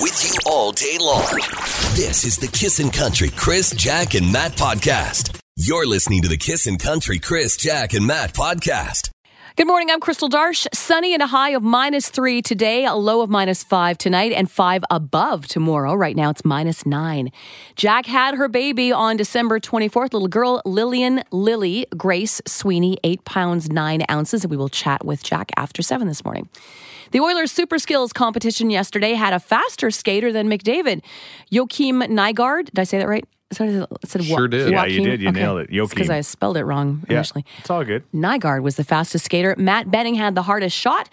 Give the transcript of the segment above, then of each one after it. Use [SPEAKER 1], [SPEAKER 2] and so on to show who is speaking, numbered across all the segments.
[SPEAKER 1] with you all day long. This is the Kissin' Country Chris, Jack, and Matt podcast. You're listening to the Kissin' Country Chris, Jack, and Matt podcast.
[SPEAKER 2] Good morning. I'm Crystal Darsh. Sunny and a high of minus three today, a low of minus five tonight, and five above tomorrow. Right now it's minus nine. Jack had her baby on December 24th. Little girl Lillian Lily Grace Sweeney, eight pounds, nine ounces. And we will chat with Jack after seven this morning. The Oilers Super Skills competition yesterday had a faster skater than McDavid. Joachim Nygaard, did I say that right? Sorry, I said Wa-
[SPEAKER 3] Sure did.
[SPEAKER 4] Yeah, you
[SPEAKER 2] Joachim?
[SPEAKER 4] did. You nailed it.
[SPEAKER 2] It's 'cause
[SPEAKER 4] Joachim.
[SPEAKER 2] I spelled it wrong initially.
[SPEAKER 4] It's all good.
[SPEAKER 2] Nygaard was the fastest skater. Matt Benning had the hardest shot.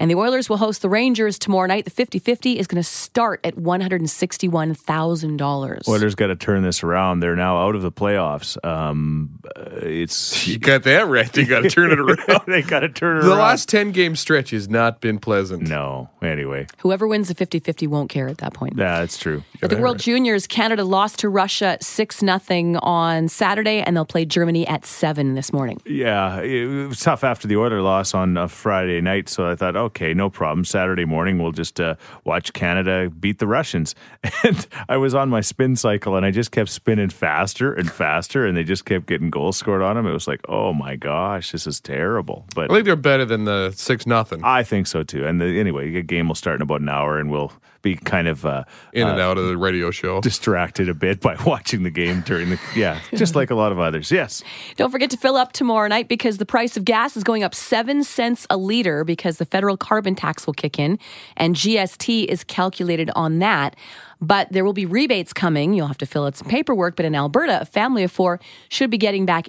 [SPEAKER 2] And the Oilers will host the Rangers tomorrow night. The 50 50 is going to start at $161,000.
[SPEAKER 4] Oilers got to turn this around. They're now out of the playoffs. Um, uh, it's Oh,
[SPEAKER 3] You got that right. You got to turn it around.
[SPEAKER 4] they got to turn it
[SPEAKER 3] The
[SPEAKER 4] around.
[SPEAKER 3] last 10 game stretch has not been pleasant.
[SPEAKER 4] no. Anyway,
[SPEAKER 2] Whoever wins the 50 50 won't care at that point.
[SPEAKER 4] yeah, that's true.
[SPEAKER 2] At the World Juniors, Canada lost to Russia 6 0 on Saturday, and they'll play Germany at 7 this morning.
[SPEAKER 4] Yeah, it was tough after the Oilers loss on a Friday night. So I thought, okay, no problem. Saturday morning, we'll just uh, watch Canada beat the Russians. And I was on my spin cycle, and I just kept spinning faster and faster, and they just kept getting goals scored on them. It was like, oh my gosh, this is terrible. But
[SPEAKER 3] I think they're better than the 6 nothing.
[SPEAKER 4] I think so too. And the, anyway, the game will start in about an hour, and we'll be kind of uh,
[SPEAKER 3] in
[SPEAKER 4] uh,
[SPEAKER 3] and out of the radio show.
[SPEAKER 4] distracted a bit by watching the game during the yeah, just like a lot of others. Yes,
[SPEAKER 2] Don't forget to fill up tomorrow night because the price of gas is going up 7 cents a liter because the federal carbon tax will kick in and GST is calculated on that. But there will be rebates coming. You'll have to fill out some paperwork. But in Alberta, a family of four should be getting back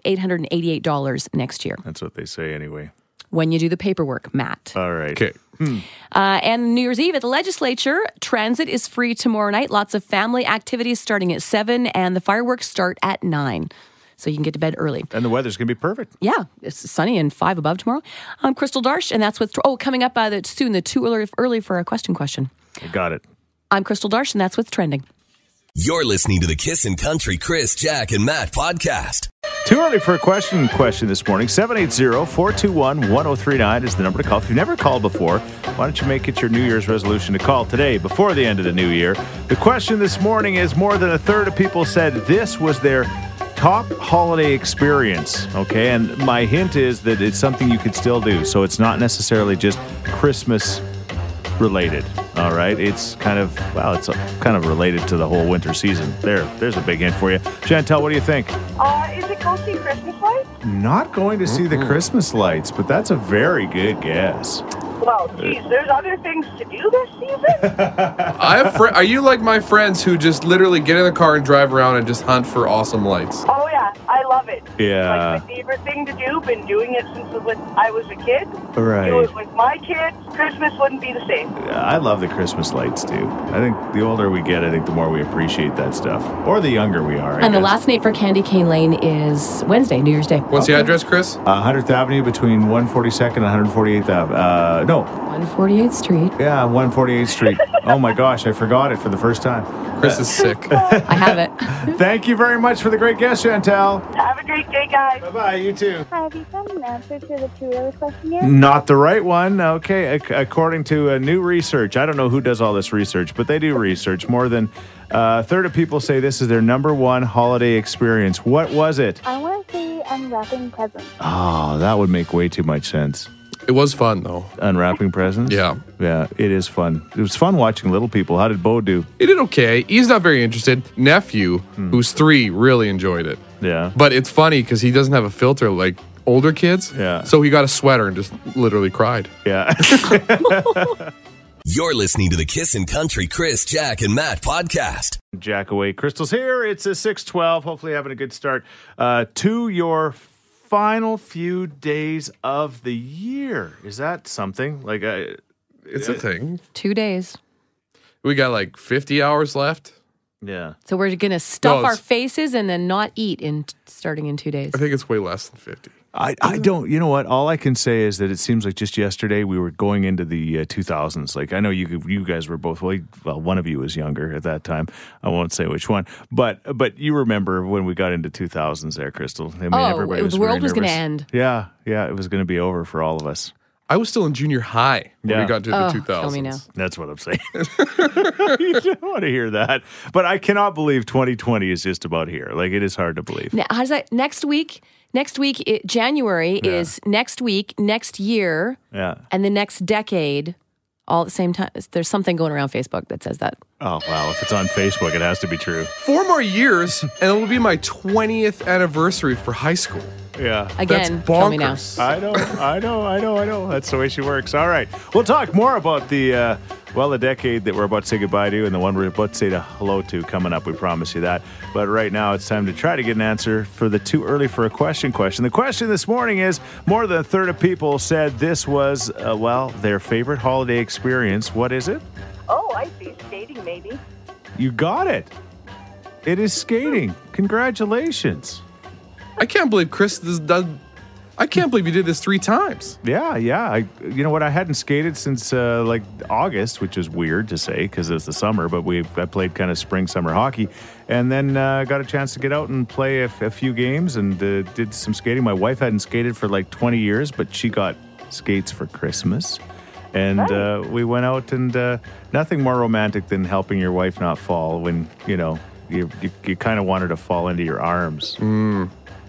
[SPEAKER 2] $888 next year
[SPEAKER 4] that's what they say anyway.
[SPEAKER 2] when you do the paperwork, Matt.
[SPEAKER 4] All right.
[SPEAKER 3] Okay.
[SPEAKER 2] Uh, and New Year's Eve at the legislature, transit is free tomorrow night. Lots of family activities starting at 7 and the fireworks start at 9. So you can get to bed early.
[SPEAKER 4] And the weather's gonna be perfect.
[SPEAKER 2] yeah, it's sunny and five above tomorrow. I'm Crystal Darsh, and that's with oh coming up uh, the, soon. The two early, early for a question question.
[SPEAKER 4] I got it.
[SPEAKER 2] I'm Crystal Darsh, and that's with trending.
[SPEAKER 1] You're listening to the Kissin' Country Chris, Jack, and Matt podcast.
[SPEAKER 4] Too early for a question question this morning. 780-421-1039 is the number to call. If you've never called before, why don't you make it your New Year's resolution to call today before the end of the new year? The question this morning is more than a third of people said this was their top holiday experience. Okay, and my hint is that it's something you could still do. So it's not necessarily just Christmas related. All right, it's kind of well, it's uh, kind of related to the whole winter season. There, there's a big hint for you, Chantel. What do you think?
[SPEAKER 5] Uh, is it go see Christmas lights?
[SPEAKER 4] Not going to see the Christmas lights, but that's a very good guess.
[SPEAKER 5] Well, geez, there's other things to do this season.
[SPEAKER 3] I have fri are you like my friends who just literally get in the car and drive around and just hunt for awesome lights?
[SPEAKER 5] oh yeah, I love it.
[SPEAKER 4] Yeah.
[SPEAKER 5] It's like my favorite thing to do. Been doing it since the- when I was a kid.
[SPEAKER 4] Right.
[SPEAKER 5] Do it with my kids. Christmas wouldn't be the same.
[SPEAKER 4] I love the Christmas lights too. I think the older we get, I think the more we appreciate that stuff, or the younger we are. I
[SPEAKER 2] and the
[SPEAKER 4] guess.
[SPEAKER 2] last night for Candy Cane Lane is Wednesday, New Year's Day.
[SPEAKER 3] What's the address, Chris?
[SPEAKER 4] Uh, 100th Avenue between 142nd and 148th Ave. Uh, no,
[SPEAKER 2] 148th Street.
[SPEAKER 4] yeah, 148th Street. oh my gosh, I forgot it for the first time.
[SPEAKER 3] Chris is sick.
[SPEAKER 2] I have it.
[SPEAKER 4] Thank you very much for the great guess, Chantel.
[SPEAKER 5] Have a great day, guys.
[SPEAKER 4] bye, you too.
[SPEAKER 6] Have you found an answer to the two really question
[SPEAKER 3] Mm.
[SPEAKER 6] yet?
[SPEAKER 4] Not the right one. Okay, ac- according to uh, new research, I don't know who does all this research, but they do research. More than uh, a third of people say this is their number one holiday experience. What was it?
[SPEAKER 6] I want to say unwrapping presents.
[SPEAKER 4] Oh, that would make way too much sense.
[SPEAKER 3] It was fun though.
[SPEAKER 4] Unwrapping presents?
[SPEAKER 3] Yeah.
[SPEAKER 4] Yeah, it is fun. It was fun watching little people. How did Bo do?
[SPEAKER 3] He did okay. He's not very interested. Nephew, who's three, really enjoyed it.
[SPEAKER 4] Yeah.
[SPEAKER 3] But it's funny because he doesn't have a filter like older kids.
[SPEAKER 4] Yeah.
[SPEAKER 3] So he got a sweater and just literally cried.
[SPEAKER 4] Yeah.
[SPEAKER 1] You're listening to the Kissin' Country Chris, Jack, and Matt podcast.
[SPEAKER 4] Jack away. Crystal's here. It's a 612. Hopefully, having a good start uh, to your final few days of the year. Is that something? Like, uh, I.
[SPEAKER 3] It's a thing.
[SPEAKER 2] Two days.
[SPEAKER 3] We got like 50 hours left.
[SPEAKER 4] Yeah.
[SPEAKER 2] So we're going to stuff
[SPEAKER 3] No,
[SPEAKER 2] our
[SPEAKER 3] it's-
[SPEAKER 2] faces and then not eat in starting in two days.
[SPEAKER 3] I think it's way less than 50.
[SPEAKER 4] I, I don't, you know what? All I can say is that it seems like just yesterday we were going into the uh, 2000s. Like, I know you you guys were both, well, you- well, one of you was younger at that time. I won't say which one, but but you remember when we got into 2000s there, Crystal. I mean,
[SPEAKER 2] Oh,
[SPEAKER 4] everybody
[SPEAKER 2] the
[SPEAKER 4] was
[SPEAKER 2] world
[SPEAKER 4] very
[SPEAKER 2] was gonna
[SPEAKER 4] nervous.
[SPEAKER 2] end.
[SPEAKER 4] Yeah, yeah, it was going to be over for all of us.
[SPEAKER 3] I was still in junior high when
[SPEAKER 4] Yeah.
[SPEAKER 3] we got to the
[SPEAKER 2] Oh,
[SPEAKER 3] 2000s.
[SPEAKER 2] tell me now.
[SPEAKER 4] That's what I'm saying. you don't want to hear that. But I cannot believe 2020 is just about here. Like, it is hard to believe.
[SPEAKER 2] Now, how's that? Next week, next week, it, January is next week, next year,
[SPEAKER 4] Yeah.
[SPEAKER 2] and the next decade, all at the same time. There's something going around Facebook that says that.
[SPEAKER 4] Oh, wow. If it's on Facebook, it has to be true.
[SPEAKER 3] Four more years, and it'll be my 20th anniversary for high school.
[SPEAKER 4] Yeah.
[SPEAKER 2] Again,
[SPEAKER 3] That's
[SPEAKER 2] tell me now.
[SPEAKER 3] bonkers.
[SPEAKER 4] I know, I know, I know, I know. That's the way she works. All right. We'll talk more about the, uh, well, the decade that we're about to say goodbye to and the one we're about to say to hello to coming up. We promise you that. But right now, it's time to try to get an answer for the too early for a question question. The question this morning is more than a third of people said this was, uh, well, their favorite holiday experience. What is it?
[SPEAKER 5] Oh, I see. Skating, maybe.
[SPEAKER 4] You got it. It is skating. Congratulations.
[SPEAKER 3] I can't believe Chris this does. I can't believe you did this three times.
[SPEAKER 4] Yeah, yeah. I, you know what? I hadn't skated since uh, like August, which is weird to say because it's the summer. But we I played kind of spring summer hockey, and then uh, got a chance to get out and play a, f- a few games and uh, did some skating. My wife hadn't skated for like 20 years, but she got skates for Christmas, and uh, we went out and uh, nothing more romantic than helping your wife not fall when you know you you, you kind of want her to fall into your arms.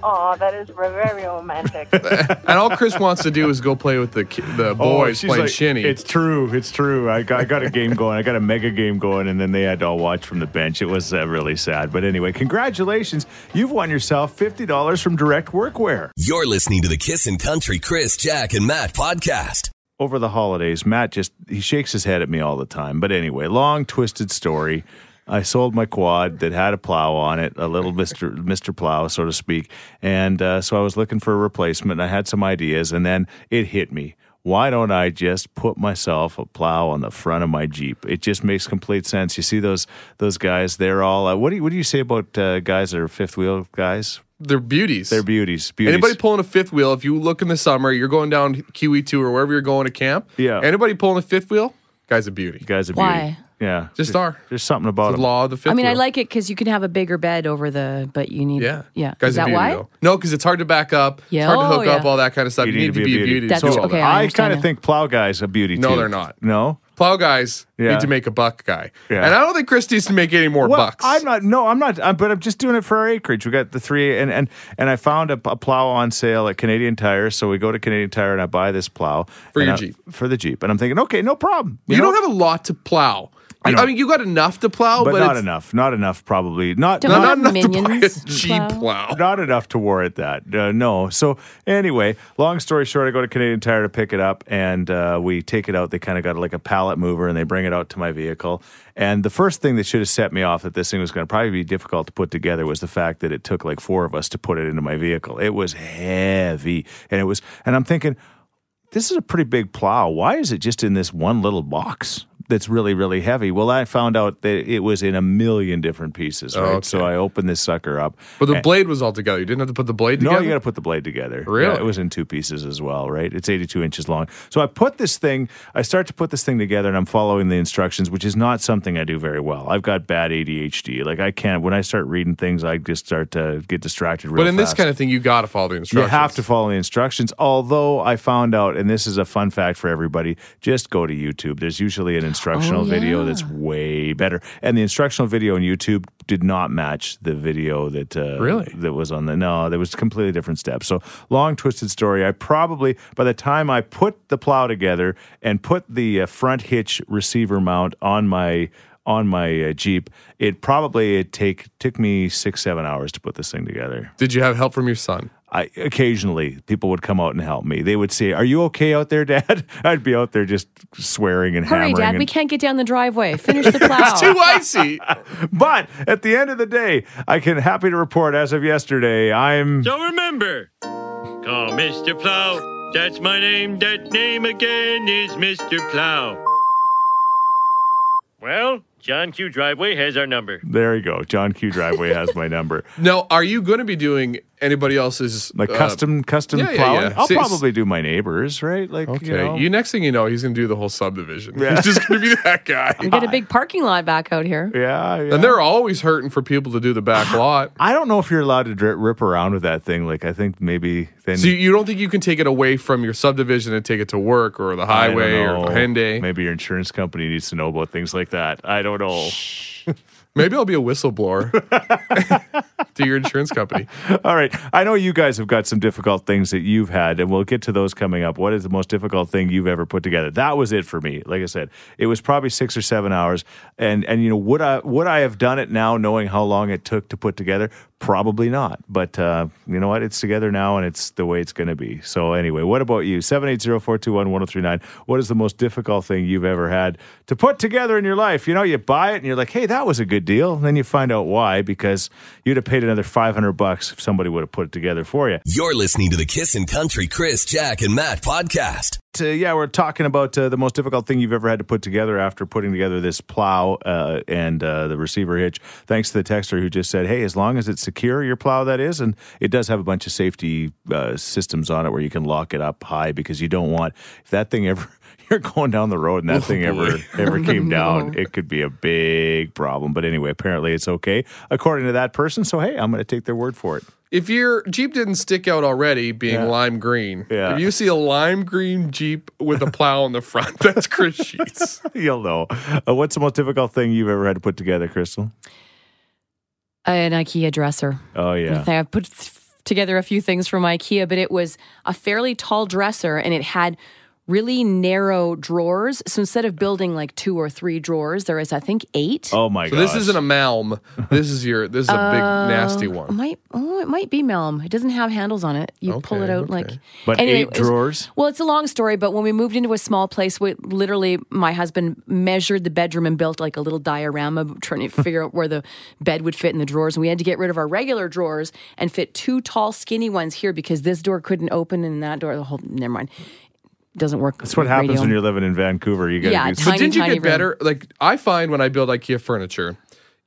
[SPEAKER 5] Oh, that is very romantic.
[SPEAKER 3] And all Chris wants to do is go play with the ki- the boys
[SPEAKER 4] Oh, she's
[SPEAKER 3] playing
[SPEAKER 4] like,
[SPEAKER 3] shinny.
[SPEAKER 4] It's true. It's true. I got, I got a game going. I got a mega game going, and then they had to all watch from the bench. It was uh, really sad. But anyway, congratulations. You've won yourself $50 from Direct Workwear.
[SPEAKER 1] You're listening to the Kissin' Country Chris, Jack, and Matt podcast.
[SPEAKER 4] Over the holidays, Matt just he shakes his head at me all the time. But anyway, long twisted story. I sold my quad that had a plow on it, a little Mister Mister Plow, so to speak, and uh, so I was looking for a replacement. And I had some ideas, and then it hit me. why don't I just put myself a plow on the front of my Jeep? It just makes complete sense. You see those those guys? They're all. Uh, what do you what do you say about uh, guys that are fifth wheel guys?
[SPEAKER 3] they're beauties.
[SPEAKER 4] They're beauties. beauties.
[SPEAKER 3] Anybody pulling a fifth wheel? If you look in the summer, you're going down QE2 or wherever you're going to camp.
[SPEAKER 4] Yeah.
[SPEAKER 3] Anybody pulling a fifth wheel? Guy's a beauty.
[SPEAKER 4] guys are
[SPEAKER 2] Why?
[SPEAKER 4] beauty. Yeah,
[SPEAKER 3] Just are.
[SPEAKER 4] There's something about
[SPEAKER 3] The
[SPEAKER 4] them.
[SPEAKER 3] law of the fifth.
[SPEAKER 2] I mean, I
[SPEAKER 3] wheel.
[SPEAKER 2] like it because you can have a bigger bed over the, but you need,
[SPEAKER 3] Yeah.
[SPEAKER 2] yeah.
[SPEAKER 3] Guys
[SPEAKER 2] Is
[SPEAKER 3] a
[SPEAKER 2] that
[SPEAKER 3] beauty,
[SPEAKER 2] why?
[SPEAKER 3] Though. No, because it's hard to back up.
[SPEAKER 2] Yeah.
[SPEAKER 3] It's hard to
[SPEAKER 2] Oh,
[SPEAKER 3] hook up,
[SPEAKER 2] yeah.
[SPEAKER 3] all that kind of stuff. You, need, to be a beauty.
[SPEAKER 2] That's
[SPEAKER 3] to do all
[SPEAKER 2] okay.
[SPEAKER 3] that.
[SPEAKER 2] I
[SPEAKER 4] I,
[SPEAKER 2] understand
[SPEAKER 4] kind
[SPEAKER 2] now.
[SPEAKER 4] of think plow guys are beauty.
[SPEAKER 3] No,
[SPEAKER 4] too.
[SPEAKER 3] they're not.
[SPEAKER 4] No.
[SPEAKER 3] Plow guys
[SPEAKER 4] Yeah.
[SPEAKER 3] need to make a buck guy.
[SPEAKER 4] Yeah.
[SPEAKER 3] And I don't think Chris needs to make any more
[SPEAKER 4] Well,
[SPEAKER 3] bucks.
[SPEAKER 4] I'm not. No, I'm not. I'm, but I'm just doing it for our acreage. We got the three, and and and I found a, p- a plow on sale at Canadian Tire. So we go to Canadian Tire and I buy this plow
[SPEAKER 3] For
[SPEAKER 4] and
[SPEAKER 3] your
[SPEAKER 4] I-
[SPEAKER 3] Jeep.
[SPEAKER 4] For the Jeep, and I'm thinking, okay, no problem.
[SPEAKER 3] you
[SPEAKER 4] know?
[SPEAKER 3] don't have a lot to plow.
[SPEAKER 4] I
[SPEAKER 3] You-
[SPEAKER 4] know.
[SPEAKER 3] I mean, you got enough to plow,
[SPEAKER 4] but,
[SPEAKER 3] but,
[SPEAKER 4] not
[SPEAKER 3] it's
[SPEAKER 4] enough. Not enough, probably. Not
[SPEAKER 2] Don't
[SPEAKER 4] not,
[SPEAKER 2] we
[SPEAKER 3] not
[SPEAKER 2] have
[SPEAKER 3] enough
[SPEAKER 2] minions
[SPEAKER 3] to buy a Jeep
[SPEAKER 2] plow?
[SPEAKER 3] plow.
[SPEAKER 4] not enough to warrant that. Uh, no. So anyway, long story short, I go to Canadian Tire to pick it up, and uh, we take it out. They kind of got like a pallet mover, and they bring it out to my vehicle. And the first thing that should have set me off that this thing was going to probably be difficult to put together was the fact that it took like four of us to put it into my vehicle. It was heavy, and it was, and I'm thinking, this is a pretty big plow. Why is it just in this one little box that's really, really heavy? Well, I found out that it was in a million different pieces, right?
[SPEAKER 3] okay.
[SPEAKER 4] So I opened this sucker up.
[SPEAKER 3] But the blade was all together. You didn't have to put the blade
[SPEAKER 4] Eh. No,
[SPEAKER 3] together.
[SPEAKER 4] you got to put the blade together.
[SPEAKER 3] Really?
[SPEAKER 4] Yeah, it was in two pieces as well, right? It's 82 inches long. So I put this thing, I start to put this thing together and I'm following the instructions, which is not something I do very well. I've got bad ADHD. Like I can't, when I start reading things, I just start to get distracted real
[SPEAKER 3] but in this
[SPEAKER 4] fast.
[SPEAKER 3] kind of thing, you got to follow the
[SPEAKER 4] You
[SPEAKER 3] instructions.
[SPEAKER 4] have to follow the instructions. Although I found out, and this is a fun fact for everybody, just go to YouTube. There's usually an instructional
[SPEAKER 2] Oh, yeah.
[SPEAKER 4] video that's way better. And the instructional video on YouTube did not match the video that uh,
[SPEAKER 3] Really?
[SPEAKER 4] that was on the no. There was completely different steps. So long twisted story. I probably by the time I put the plow together and put the uh, front hitch receiver mount on my on my uh, Jeep, it probably it take took me six seven hours to put this thing together.
[SPEAKER 3] Did you have help from your son?
[SPEAKER 4] I occasionally people would come out and help me. They would say, "Are you okay out there, Dad?" I'd be out there just swearing and
[SPEAKER 2] Hurry,
[SPEAKER 4] hammering.
[SPEAKER 2] Dad,
[SPEAKER 4] and-
[SPEAKER 2] we can't get down the driveway. Finish the plow.
[SPEAKER 3] Too icy.
[SPEAKER 4] but at the end of the day, I can happy to report as of yesterday, I'm
[SPEAKER 7] So remember, call Mr. Plow. That's my name. That name again is Mr. Plow. Well, John Q Driveway has our number.
[SPEAKER 4] there. You go, John Q Driveway has my number.
[SPEAKER 3] Now, are you going to be doing anybody else's
[SPEAKER 4] Like
[SPEAKER 3] uh,
[SPEAKER 4] custom, custom
[SPEAKER 3] yeah, yeah,
[SPEAKER 4] plowing.
[SPEAKER 3] yeah.
[SPEAKER 4] I'll
[SPEAKER 3] See,
[SPEAKER 4] probably do my neighbors, right? Like,
[SPEAKER 3] Okay.
[SPEAKER 4] you know,
[SPEAKER 3] next thing you know, he's gonna do the whole subdivision.
[SPEAKER 4] Yeah.
[SPEAKER 3] He's just gonna be that guy.
[SPEAKER 2] We got a big parking lot back out here.
[SPEAKER 4] yeah, yeah.
[SPEAKER 3] And they're always hurting for people to do the back lot.
[SPEAKER 4] I don't know if you're allowed to dri rip around with that thing. Like, I think maybe then
[SPEAKER 3] So you- you don't think you can take it away from your subdivision and take it to work or the
[SPEAKER 4] I don't
[SPEAKER 3] highway or the
[SPEAKER 4] know.
[SPEAKER 3] Henday? Maybe.
[SPEAKER 4] Maybe your insurance company needs to know about things like that. I don't know.
[SPEAKER 3] I'll be a whistleblower to your insurance company.
[SPEAKER 4] All right. I know you guys have got some difficult things that you've had, and we'll get to those coming up. What is the most difficult thing you've ever put together? That was it for me. Like I said, it was probably six or seven hours. And and you know, would I would I have done it now, knowing how long it took to put together? Probably not. But uh, you know what? It's together now, and it's the way it's going to be. So anyway, what about you? 780-421-1039. What is the most difficult thing you've ever had to put together in your life? You know, you buy it and you're like, hey, that was a good deal. And then you find out why because you'd have paid another 500 bucks if somebody would have put it together for you.
[SPEAKER 1] You're listening to the Kissin' Country Chris, Jack, and Matt podcast.
[SPEAKER 4] Uh, yeah, we're talking about uh, the most difficult thing you've ever had to put together after putting together this plow uh, and uh, the receiver hitch. Thanks to the texter who just said, "Hey, as long as it's secure, your plow that is, and it does have a bunch of safety uh, systems on it where you can lock it up high because you don't want if that thing ever." You're going down the road, and that thing ever ever came down. It could be a big problem, but anyway, apparently it's okay according to that person. So hey, I'm going to take their word for it.
[SPEAKER 3] If your Jeep didn't stick out already being
[SPEAKER 4] Yeah.
[SPEAKER 3] lime green,
[SPEAKER 4] Yeah.
[SPEAKER 3] if you see a lime green Jeep with a plow in the front, that's Chris Sheets.
[SPEAKER 4] You'll know. Uh, what's the most difficult thing you've ever had to put together, Crystal?
[SPEAKER 2] An IKEA dresser.
[SPEAKER 4] Oh yeah.
[SPEAKER 2] I put th- together a few things from IKEA, but it was a fairly tall dresser and it had really narrow drawers. So instead of building like two or three drawers, there is I think eight.
[SPEAKER 4] Oh my
[SPEAKER 3] So
[SPEAKER 4] god!
[SPEAKER 3] this isn't a Malm. This is your this is a big nasty
[SPEAKER 2] It
[SPEAKER 3] one.
[SPEAKER 2] might oh, it might be Melm. It doesn't have handles on it. You pull
[SPEAKER 3] Okay,
[SPEAKER 2] it out
[SPEAKER 3] okay.
[SPEAKER 2] like
[SPEAKER 4] But
[SPEAKER 2] Anyway,
[SPEAKER 4] eight
[SPEAKER 2] it was-
[SPEAKER 4] drawers?
[SPEAKER 2] well, it's a long story, but when we moved into a small place, we literally my husband measured the bedroom and built like a little diorama trying to figure out where the bed would fit in the drawers. And we had to get rid of our regular drawers and fit two tall, skinny ones here because this door couldn't open and that door the whole never mind. Doesn't work.
[SPEAKER 4] That's what happens when you're living in Vancouver. You got to
[SPEAKER 2] Yeah,
[SPEAKER 4] do
[SPEAKER 2] it's
[SPEAKER 4] some-
[SPEAKER 3] But didn't you
[SPEAKER 2] tiny
[SPEAKER 3] get
[SPEAKER 2] room.
[SPEAKER 3] better? Like I find when I build IKEA furniture,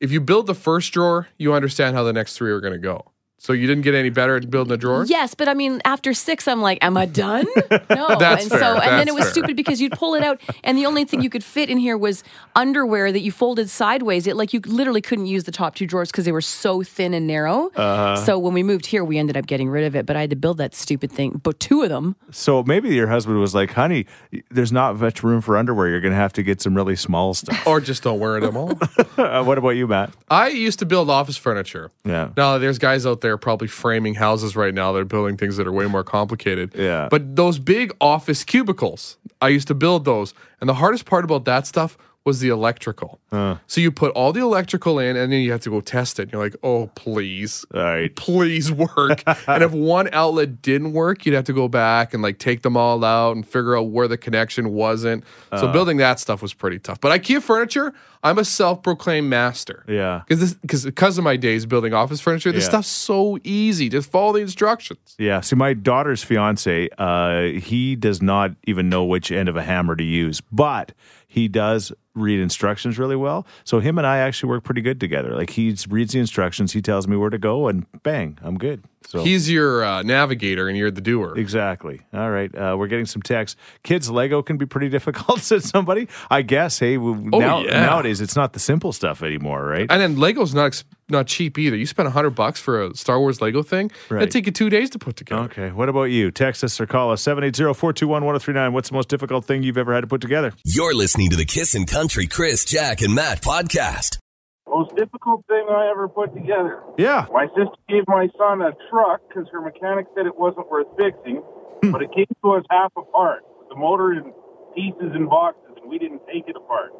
[SPEAKER 3] if you build the first drawer, you understand how the next three are going to go. So you didn't get any better at building a drawer.
[SPEAKER 2] Yes, but I mean, after six, I'm like, am I done? No.
[SPEAKER 3] That's
[SPEAKER 2] and
[SPEAKER 3] fair,
[SPEAKER 2] so, and then
[SPEAKER 3] that's
[SPEAKER 2] it was
[SPEAKER 3] fair.
[SPEAKER 2] stupid because you'd pull it out, and the only thing you could fit in here was underwear that you folded sideways. It like you literally couldn't use the top two drawers because they were so thin and narrow.
[SPEAKER 3] Uh-huh.
[SPEAKER 2] So when we moved here, we ended up getting rid of it. But I had to build that stupid thing, but two of them.
[SPEAKER 4] So maybe your husband was like, "Honey, there's not much room for underwear. You're going to have to get some really small stuff."
[SPEAKER 3] Or just don't wear it at all.
[SPEAKER 4] uh, what about you, Matt?
[SPEAKER 3] I used to build office furniture.
[SPEAKER 4] Yeah.
[SPEAKER 3] Now there's guys out there probably framing houses right now. They're building things that are way more complicated.
[SPEAKER 4] Yeah.
[SPEAKER 3] But those big office cubicles, I used to build those, and the hardest part about that stuff was the electrical. So you put all the electrical in, and then you have to go test it. And you're like, oh please,
[SPEAKER 4] All right.
[SPEAKER 3] please work. and if one outlet didn't work, you'd have to go back and like take them all out and figure out where the connection wasn't. So
[SPEAKER 4] Uh-huh.
[SPEAKER 3] building that stuff was pretty tough. But IKEA furniture, I'm a self-proclaimed master.
[SPEAKER 4] Yeah.
[SPEAKER 3] Because because because of my days building office furniture, this
[SPEAKER 4] Yeah.
[SPEAKER 3] stuff's so easy. Just follow the instructions.
[SPEAKER 4] Yeah. See, my daughter's fiance, uh, he does not even know which end of a hammer to use, but he does read instructions really well. So him and I actually work pretty good together. Like he reads the instructions, he tells me where to go, and bang, I'm good. So
[SPEAKER 3] He's your uh, navigator and you're the doer.
[SPEAKER 4] Exactly. All right. Uh, we're getting some texts. Kids, Lego can be pretty difficult, said somebody. I guess, hey, we,
[SPEAKER 3] Oh,
[SPEAKER 4] now,
[SPEAKER 3] yeah.
[SPEAKER 4] nowadays it's not the simple stuff anymore, right?
[SPEAKER 3] And then Lego's not ex- not cheap either. You spend hundred bucks for a Star Wars Lego thing,
[SPEAKER 4] Right.
[SPEAKER 3] that'd take you two days to put together.
[SPEAKER 4] okay. What about you? Text us or call us 780 421 1039. What's the most difficult thing you've ever had to put together?
[SPEAKER 1] You're listening to the Kissin' Country Chris, Jack, and Matt podcast.
[SPEAKER 8] Most difficult thing I ever put together.
[SPEAKER 4] Yeah.
[SPEAKER 8] My sister gave my son a truck because her mechanic said it wasn't worth fixing, but it came to us half apart. The motor in pieces and boxes, and we didn't take it apart.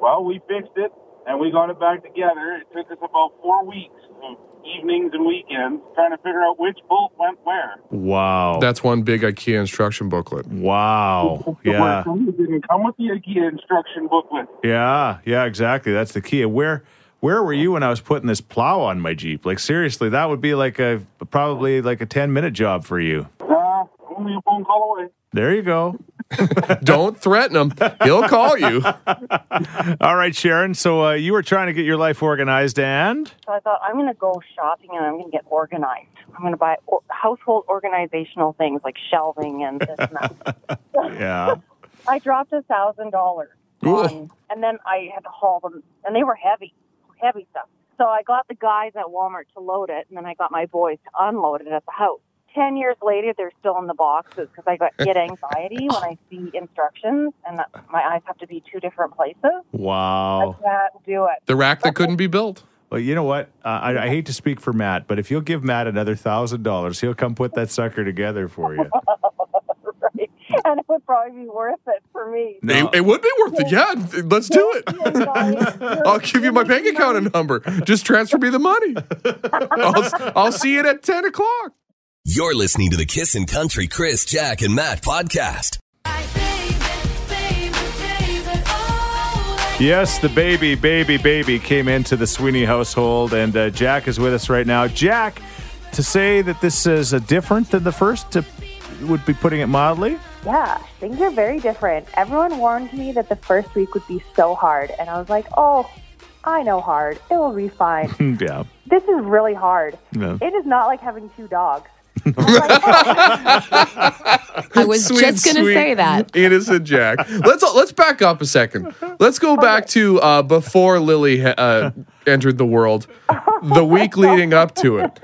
[SPEAKER 8] Well, we fixed it and we got it back together. It took us about four weeks of evenings and weekends trying to figure out which bolt went where.
[SPEAKER 4] Wow.
[SPEAKER 3] That's one big IKEA instruction booklet.
[SPEAKER 4] wow.
[SPEAKER 8] The
[SPEAKER 4] Oh, Yeah.
[SPEAKER 8] one that didn't come with the IKEA instruction booklet.
[SPEAKER 4] Yeah. Yeah, exactly. That's the key. Where. Where were you when I was putting this plow on my Jeep? Like seriously, that would be like a probably like a 10 minute job for you.
[SPEAKER 8] Uh, only a phone call away.
[SPEAKER 4] There you go.
[SPEAKER 3] Don't threaten him. He'll call you.
[SPEAKER 4] All right, Sharon. So uh, you were trying to get your life organized, and
[SPEAKER 5] So I thought I'm going to go shopping and I'm going to get organized. I'm going to buy o- household organizational things like shelving and this and that.
[SPEAKER 4] yeah,
[SPEAKER 5] I dropped a thousand dollars,
[SPEAKER 3] Cool.
[SPEAKER 5] and then I had to haul them, and they were heavy, heavy stuff. So I got the guys at Walmart to load it, and then I got my boys to unload it at the house. Ten years later, they're still in the boxes because I got get anxiety when I see instructions, and that my eyes have to be two different places.
[SPEAKER 4] wow.
[SPEAKER 5] I can't do it.
[SPEAKER 3] The rack that couldn't be built.
[SPEAKER 4] Well, you know what? Uh, I, I hate to speak for Matt, but if you'll give Matt another thousand dollars, he'll come put that sucker together for you.
[SPEAKER 5] Right? And it would probably be worth it for me.
[SPEAKER 4] No.
[SPEAKER 3] It, it would be worth it. Yeah, let's do it. I'll
[SPEAKER 5] I'll
[SPEAKER 3] give you my bank account and number. Just transfer me the money. I'll, I'll see it at 10 o'clock.
[SPEAKER 1] You're listening to the Kissin' Country Chris, Jack, and Matt podcast.
[SPEAKER 4] Yes, the baby, baby, baby came into the Sweeney household, and uh, Jack is with us right now. Jack, to say that this is uh, different than the first to, would be putting it mildly.
[SPEAKER 6] Yeah, things are very different. Everyone warned me that the first week would be so hard, and I was like, oh, I know hard. It will be fine.
[SPEAKER 4] yeah.
[SPEAKER 6] this is really hard.
[SPEAKER 4] Yeah.
[SPEAKER 6] It is not like having two dogs.
[SPEAKER 2] I was
[SPEAKER 3] Sweet,
[SPEAKER 2] just going to
[SPEAKER 3] sweet,
[SPEAKER 2] say that.
[SPEAKER 3] innocent Jack. Let's uh, let's back up a second. Let's go back to uh, before Lily uh, entered the world, the week leading up to it.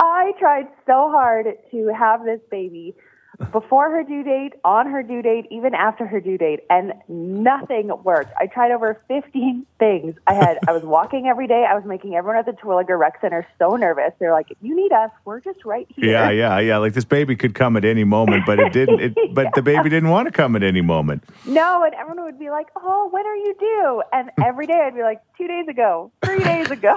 [SPEAKER 6] I tried so hard to have this baby before her due date, on her due date, even after her due date, and nothing worked. I tried over 15 things. I had I was walking every day. I was making everyone at the Terwilliger Rec Center so nervous. They're like, "If you need us, we're just right here."
[SPEAKER 4] Yeah, yeah, yeah. Like this baby could come at any moment, but it didn't. It, But the baby didn't want to come at any moment.
[SPEAKER 6] No, and everyone would be like, "Oh, when are you due?" And every day I'd be like, two days ago, three days ago,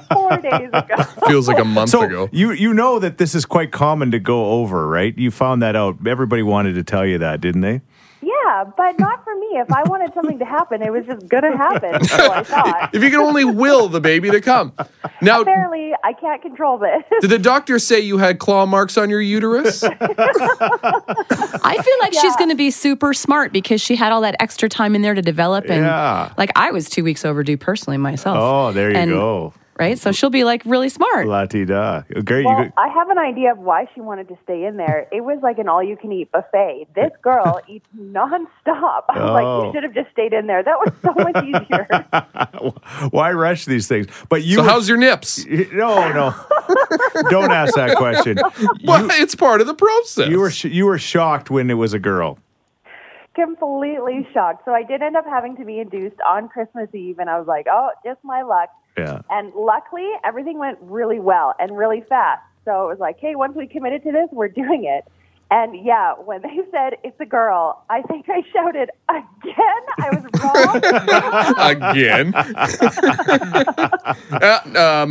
[SPEAKER 6] four days ago."
[SPEAKER 3] Feels like a month
[SPEAKER 4] So
[SPEAKER 3] ago.
[SPEAKER 4] you you know that this is quite common to go over, right? You found that out. Everybody wanted to tell you that, didn't they?
[SPEAKER 6] Yeah, but not for me. If I wanted something to happen, it was just gonna happen. So I thought.
[SPEAKER 3] If you can only will the baby to come. Now,
[SPEAKER 6] Apparently, I can't control this.
[SPEAKER 3] did the doctor say you had claw marks on your uterus?
[SPEAKER 2] I feel like she's going to be super smart because she had all that extra time in there to develop. And
[SPEAKER 4] Yeah.
[SPEAKER 2] like I was two weeks overdue personally myself.
[SPEAKER 4] Oh, there you
[SPEAKER 2] And-
[SPEAKER 4] go.
[SPEAKER 2] Right? So she'll be like really smart.
[SPEAKER 4] La ti da. Great. you
[SPEAKER 6] Well,
[SPEAKER 4] could,
[SPEAKER 6] I have an idea of why she wanted to stay in there. It was like an all-you-can-eat buffet. This girl eats nonstop. I was like,
[SPEAKER 4] Oh.
[SPEAKER 6] you should have just stayed in there. That was so much easier.
[SPEAKER 4] why rush these things? But you
[SPEAKER 3] So how's your nips?
[SPEAKER 4] no no. Don't ask that question.
[SPEAKER 3] Well, it's part of the process.
[SPEAKER 4] You were sh- you were shocked when it was a girl.
[SPEAKER 6] Completely shocked. So I did end up having to be induced on Christmas Eve, and I was like, oh, just my luck.
[SPEAKER 4] Yeah.
[SPEAKER 6] And luckily, everything went really well and really fast. So it was like, hey, once we committed to this, we're doing it. And yeah, when they said it's a girl, I think I shouted again. I was wrong.
[SPEAKER 3] again. Uh, um,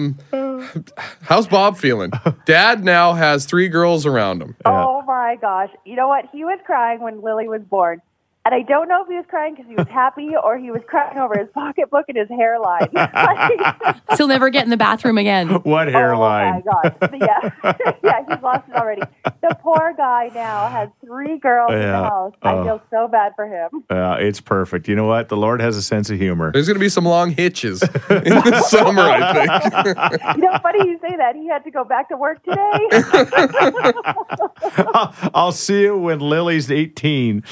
[SPEAKER 3] how's Bob feeling? Dad now has three girls around him.
[SPEAKER 6] Oh my gosh. You know what? He was crying when Lily was born. And I don't know if he was crying because he was happy or he was crying over his pocketbook and his hairline. Like,
[SPEAKER 2] She'll never get in the bathroom again.
[SPEAKER 4] What hairline?
[SPEAKER 6] Oh my gosh. Yeah. yeah, he's lost it already. The poor guy now has three girls in
[SPEAKER 4] Yeah.
[SPEAKER 6] the house.
[SPEAKER 4] Oh.
[SPEAKER 6] I feel so bad for him.
[SPEAKER 4] Uh, it's perfect. You know what? The Lord has a sense of humor.
[SPEAKER 3] There's going to be some long hitches in the summer, I think.
[SPEAKER 6] You know, funny you say that. He had to go back to work today.
[SPEAKER 4] I'll see you when Lily's 18.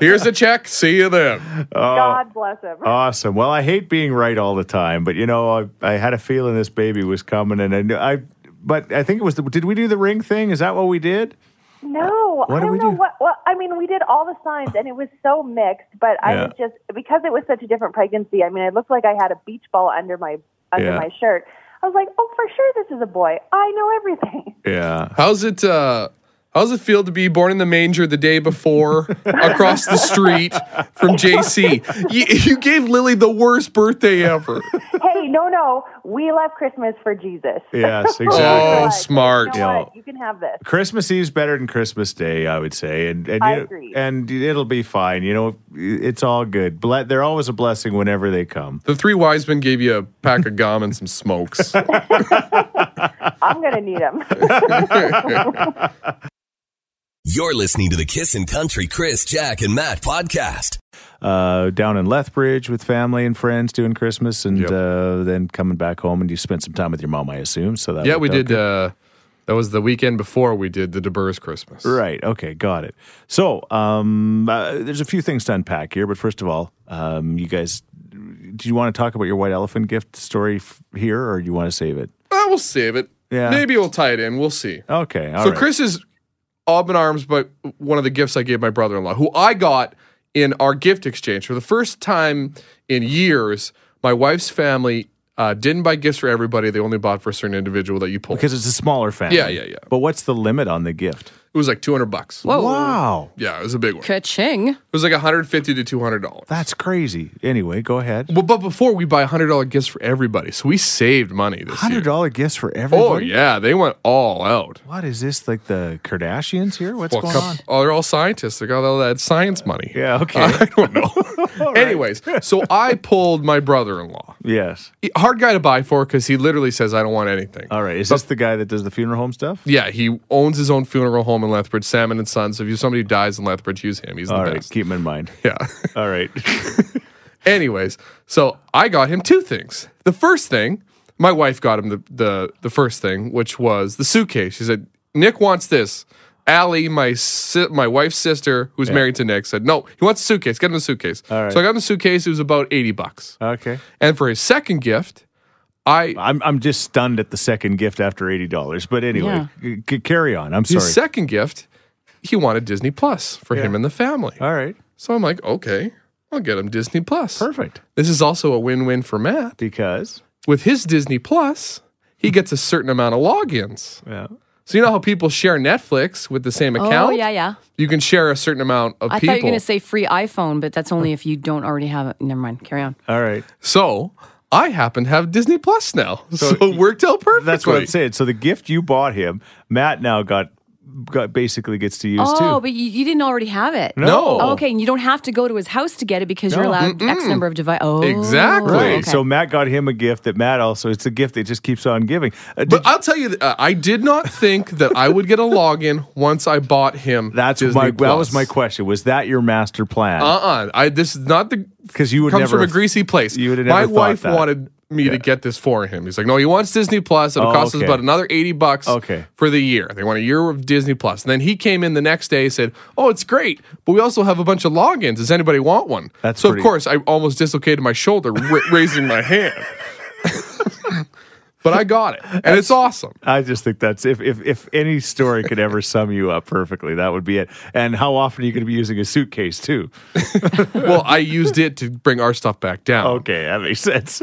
[SPEAKER 3] Here's a check. See you then.
[SPEAKER 4] Oh.
[SPEAKER 6] God bless him.
[SPEAKER 4] Awesome. Well, I hate being right all the time, but you know, I, I had a feeling this baby was coming, and I, knew, I, but I think it was. The, did we do the ring thing? Is that what we did?
[SPEAKER 6] No,
[SPEAKER 4] What
[SPEAKER 6] I
[SPEAKER 4] do
[SPEAKER 6] don't
[SPEAKER 4] we
[SPEAKER 6] know
[SPEAKER 4] do?
[SPEAKER 6] what. Well, I mean, we did all the signs, and it was so mixed. But I
[SPEAKER 4] Yeah.
[SPEAKER 6] was just because it was such a different pregnancy. I mean, it looked like I had a beach ball under my under
[SPEAKER 4] Yeah.
[SPEAKER 6] my shirt. I was like, oh, for sure, this is a boy. I know everything.
[SPEAKER 4] Yeah.
[SPEAKER 3] How's it? Uh, how's it feel to be born in the manger the day before, across the street from JC? You, you gave Lily the worst birthday ever.
[SPEAKER 6] hey, no, no, we left Christmas for Jesus.
[SPEAKER 4] Yes.
[SPEAKER 3] Oh,
[SPEAKER 4] Exactly.
[SPEAKER 6] Like,
[SPEAKER 3] smart.
[SPEAKER 6] You, know
[SPEAKER 4] Yeah.
[SPEAKER 6] what? you can have this.
[SPEAKER 4] Christmas Eve's better than Christmas Day, I would say, and and
[SPEAKER 6] I
[SPEAKER 4] you-
[SPEAKER 6] agree.
[SPEAKER 4] and it'll be fine. You know, it's all good. Ble- they're always a blessing whenever they come.
[SPEAKER 3] The three wise men gave you a pack of gum and some smokes.
[SPEAKER 6] I'm gonna need him.
[SPEAKER 1] You're listening to the Kissin' Country Chris, Jack, and Matt podcast.
[SPEAKER 4] uh, down in Lethbridge with family and friends doing Christmas, and
[SPEAKER 3] Yep.
[SPEAKER 4] uh, then coming back home. And you spent some time with your mom, I assume. So that
[SPEAKER 3] Yeah, we
[SPEAKER 4] worked
[SPEAKER 3] did.
[SPEAKER 4] out
[SPEAKER 3] Uh, that was the weekend before we did the DeBurr's Christmas.
[SPEAKER 4] good. Right. Okay. Got it. So um, uh, there's a few things to unpack here, but first of all, um, you guys, do you want to talk about your white elephant gift story f- here, or do you want to save it?
[SPEAKER 3] Uh, we'll save it.
[SPEAKER 4] Yeah.
[SPEAKER 3] Maybe we'll tie it in. We'll see.
[SPEAKER 4] Okay. all right.
[SPEAKER 3] so Chris is all in arms, but one of the gifts I gave my brother-in-law, who I got in our gift exchange for the first time in years. My wife's family uh, didn't buy gifts for everybody; they only bought for a certain individual that you pulled.
[SPEAKER 4] because it's a smaller family.
[SPEAKER 3] Yeah, yeah, yeah.
[SPEAKER 4] But what's the limit on the gift?
[SPEAKER 3] it was like two hundred bucks.
[SPEAKER 2] Whoa.
[SPEAKER 4] Wow.
[SPEAKER 3] Yeah, it was a big one. It
[SPEAKER 2] Ka-ching.
[SPEAKER 3] was like one hundred fifty to two hundred dollars.
[SPEAKER 4] That's crazy. Anyway, go ahead.
[SPEAKER 3] Well, but before we buy hundred dollar gifts for everybody, so we saved money this year.
[SPEAKER 4] Hundred dollar gifts for
[SPEAKER 3] Oh
[SPEAKER 4] everybody.
[SPEAKER 3] yeah, they went all out.
[SPEAKER 4] What is this like the Kardashians here? What's
[SPEAKER 3] Well,
[SPEAKER 4] going
[SPEAKER 3] come-
[SPEAKER 4] on?
[SPEAKER 3] oh, they're all scientists. They got all that science money.
[SPEAKER 4] Yeah, okay.
[SPEAKER 3] I don't know. Anyways, so I pulled my brother-in-law.
[SPEAKER 4] Yes.
[SPEAKER 3] He- Hard guy to buy for because he literally says, "I don't want anything."
[SPEAKER 4] All right. Is this the guy that does the funeral home stuff?
[SPEAKER 3] yeah, he owns his own funeral home in Lethbridge, Salmon and Sons. If you somebody who dies in Lethbridge, use him. He's the
[SPEAKER 4] All right.
[SPEAKER 3] best.
[SPEAKER 4] Keep him in mind.
[SPEAKER 3] Yeah.
[SPEAKER 4] All right.
[SPEAKER 3] Anyways, so I got him two things. The first thing, my wife got him the the, the first thing, which was the suitcase. She said, "Nick wants this." Allie, my si- my wife's sister, who's married to Nick, said, "No, he wants a suitcase. Get him a suitcase."
[SPEAKER 4] All right.
[SPEAKER 3] So I got him a suitcase. It was about eighty bucks.
[SPEAKER 4] Okay.
[SPEAKER 3] And for his second gift, I
[SPEAKER 4] I'm I'm just stunned at the second gift after eighty dollars. But anyway, c- c- carry on. I'm
[SPEAKER 3] his
[SPEAKER 4] sorry.
[SPEAKER 3] second gift, he wanted Disney Plus for him and the family.
[SPEAKER 4] All right.
[SPEAKER 3] So I'm like, okay, I'll get him Disney Plus.
[SPEAKER 4] Perfect.
[SPEAKER 3] This is also a win-win for Matt.
[SPEAKER 4] Because
[SPEAKER 3] with his Disney Plus, he gets a certain amount of logins.
[SPEAKER 4] yeah.
[SPEAKER 3] So you know how people share Netflix with the same account?
[SPEAKER 2] Oh, yeah, yeah.
[SPEAKER 3] You can share a certain amount of
[SPEAKER 2] I
[SPEAKER 3] people.
[SPEAKER 2] thought you were going to say free iPhone, but that's only if you don't already have it. Never mind. Carry on.
[SPEAKER 4] All right.
[SPEAKER 3] so I happen to have Disney Plus now. So,
[SPEAKER 4] So
[SPEAKER 3] it worked out perfectly.
[SPEAKER 4] That's what I'm saying. So the gift you bought him, Matt now got got basically gets to use
[SPEAKER 2] Oh,
[SPEAKER 4] too.
[SPEAKER 2] but you, you didn't already have it.
[SPEAKER 3] No.
[SPEAKER 2] Oh, okay, and you don't have to go to his house to get it because you're
[SPEAKER 4] No.
[SPEAKER 2] allowed X number of devices. Oh,
[SPEAKER 3] Exactly.
[SPEAKER 4] Right.
[SPEAKER 2] okay.
[SPEAKER 4] So Matt got him a gift that Matt also. It's a gift that just keeps on giving. Uh, did
[SPEAKER 3] But I'll tell you, that, uh, I did not think that I would get a login once I bought him.
[SPEAKER 4] That's
[SPEAKER 3] Disney
[SPEAKER 4] my
[SPEAKER 3] Plus.
[SPEAKER 4] that was my question. Was that your master plan?
[SPEAKER 3] Uh uh I this is not the
[SPEAKER 4] 'Cause you would
[SPEAKER 3] comes
[SPEAKER 4] never
[SPEAKER 3] from a
[SPEAKER 4] have-
[SPEAKER 3] greasy place.
[SPEAKER 4] you would have
[SPEAKER 3] my
[SPEAKER 4] never thought
[SPEAKER 3] wife
[SPEAKER 4] that.
[SPEAKER 3] wanted me to get this for him. He's like, no, he wants Disney Plus. It'll
[SPEAKER 4] Oh,
[SPEAKER 3] cost us
[SPEAKER 4] okay.
[SPEAKER 3] about another eighty bucks
[SPEAKER 4] Okay.
[SPEAKER 3] for the year. They want a year of Disney Plus. And then he came in the next day and said, oh, it's great, but we also have a bunch of logins. Does anybody want one?
[SPEAKER 4] That's
[SPEAKER 3] so.
[SPEAKER 4] pretty-
[SPEAKER 3] Of course, I almost dislocated my shoulder ra- raising my hand. But I got it, and it's awesome.
[SPEAKER 4] I just think that's if, if if any story could ever sum you up perfectly, that would be it. And how often are you going to be using a suitcase too?
[SPEAKER 3] Well, I used it to bring our stuff back down.
[SPEAKER 4] Okay, that makes sense.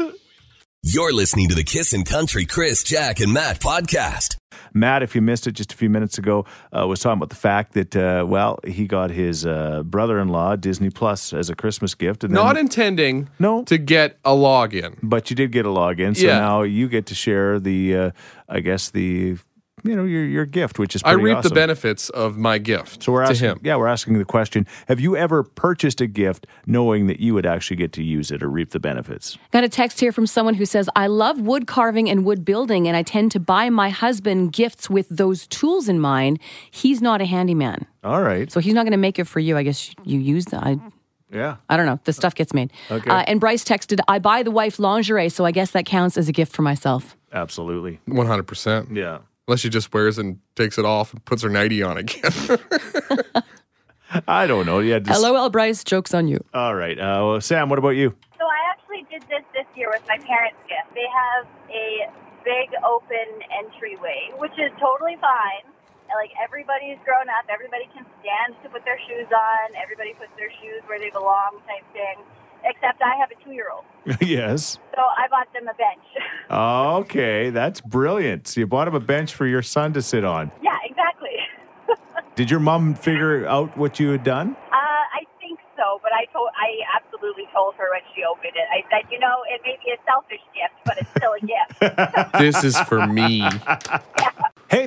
[SPEAKER 1] You're listening to the Kissin' Country Chris, Jack, and Matt podcast.
[SPEAKER 4] Matt, if you missed it just a few minutes ago, uh, was talking about the fact that uh, well, he got his uh, brother-in-law Disney Plus as a Christmas gift, and then,
[SPEAKER 3] Not intending
[SPEAKER 4] No.
[SPEAKER 3] to get a login.
[SPEAKER 4] but you did get a login, so
[SPEAKER 3] Yeah.
[SPEAKER 4] now you get to share the, uh, I guess the, you know, your your gift, which is
[SPEAKER 3] I
[SPEAKER 4] pretty
[SPEAKER 3] reap
[SPEAKER 4] awesome.
[SPEAKER 3] the benefits of my gift
[SPEAKER 4] So we're
[SPEAKER 3] to
[SPEAKER 4] asking,
[SPEAKER 3] him.
[SPEAKER 4] yeah, we're asking the question: Have you ever purchased a gift knowing that you would actually get to use it or reap the benefits?
[SPEAKER 2] Got a text here from someone who says, I love wood carving and wood building, and I tend to buy my husband gifts with those tools in mind. He's not a handyman.
[SPEAKER 4] All right,
[SPEAKER 2] So he's not going to make it for you. I guess you use the. I,
[SPEAKER 4] yeah,
[SPEAKER 2] I don't know. The stuff gets made. Okay. Uh, and Bryce texted, I buy the wife lingerie, so I guess that counts as a gift for myself.
[SPEAKER 4] absolutely,
[SPEAKER 3] One hundred percent.
[SPEAKER 4] yeah.
[SPEAKER 3] Unless she just wears and takes it off and puts her nightie on again.
[SPEAKER 4] I don't know. Yeah. Just,
[SPEAKER 2] LOL, Bryce, joke's on you.
[SPEAKER 4] All right, uh, well, Sam. What about you?
[SPEAKER 5] So I actually did this this year with my parents' gift. They have a big open entryway, which is totally fine. And, Like everybody's grown up, everybody can stand to put their shoes on, everybody puts their shoes where they belong, type thing. Except I have a two-year-old,
[SPEAKER 4] yes.
[SPEAKER 5] so I bought them a bench.
[SPEAKER 4] Okay, that's brilliant. So you bought him a bench for your son to sit on.
[SPEAKER 5] yeah, exactly.
[SPEAKER 4] Did your mom figure out what you had done?
[SPEAKER 5] Uh, I think so, but I told I absolutely told her when she opened it. I said, you know, it may be a selfish gift, but it's still a gift.
[SPEAKER 3] this is for me.
[SPEAKER 4] Hey,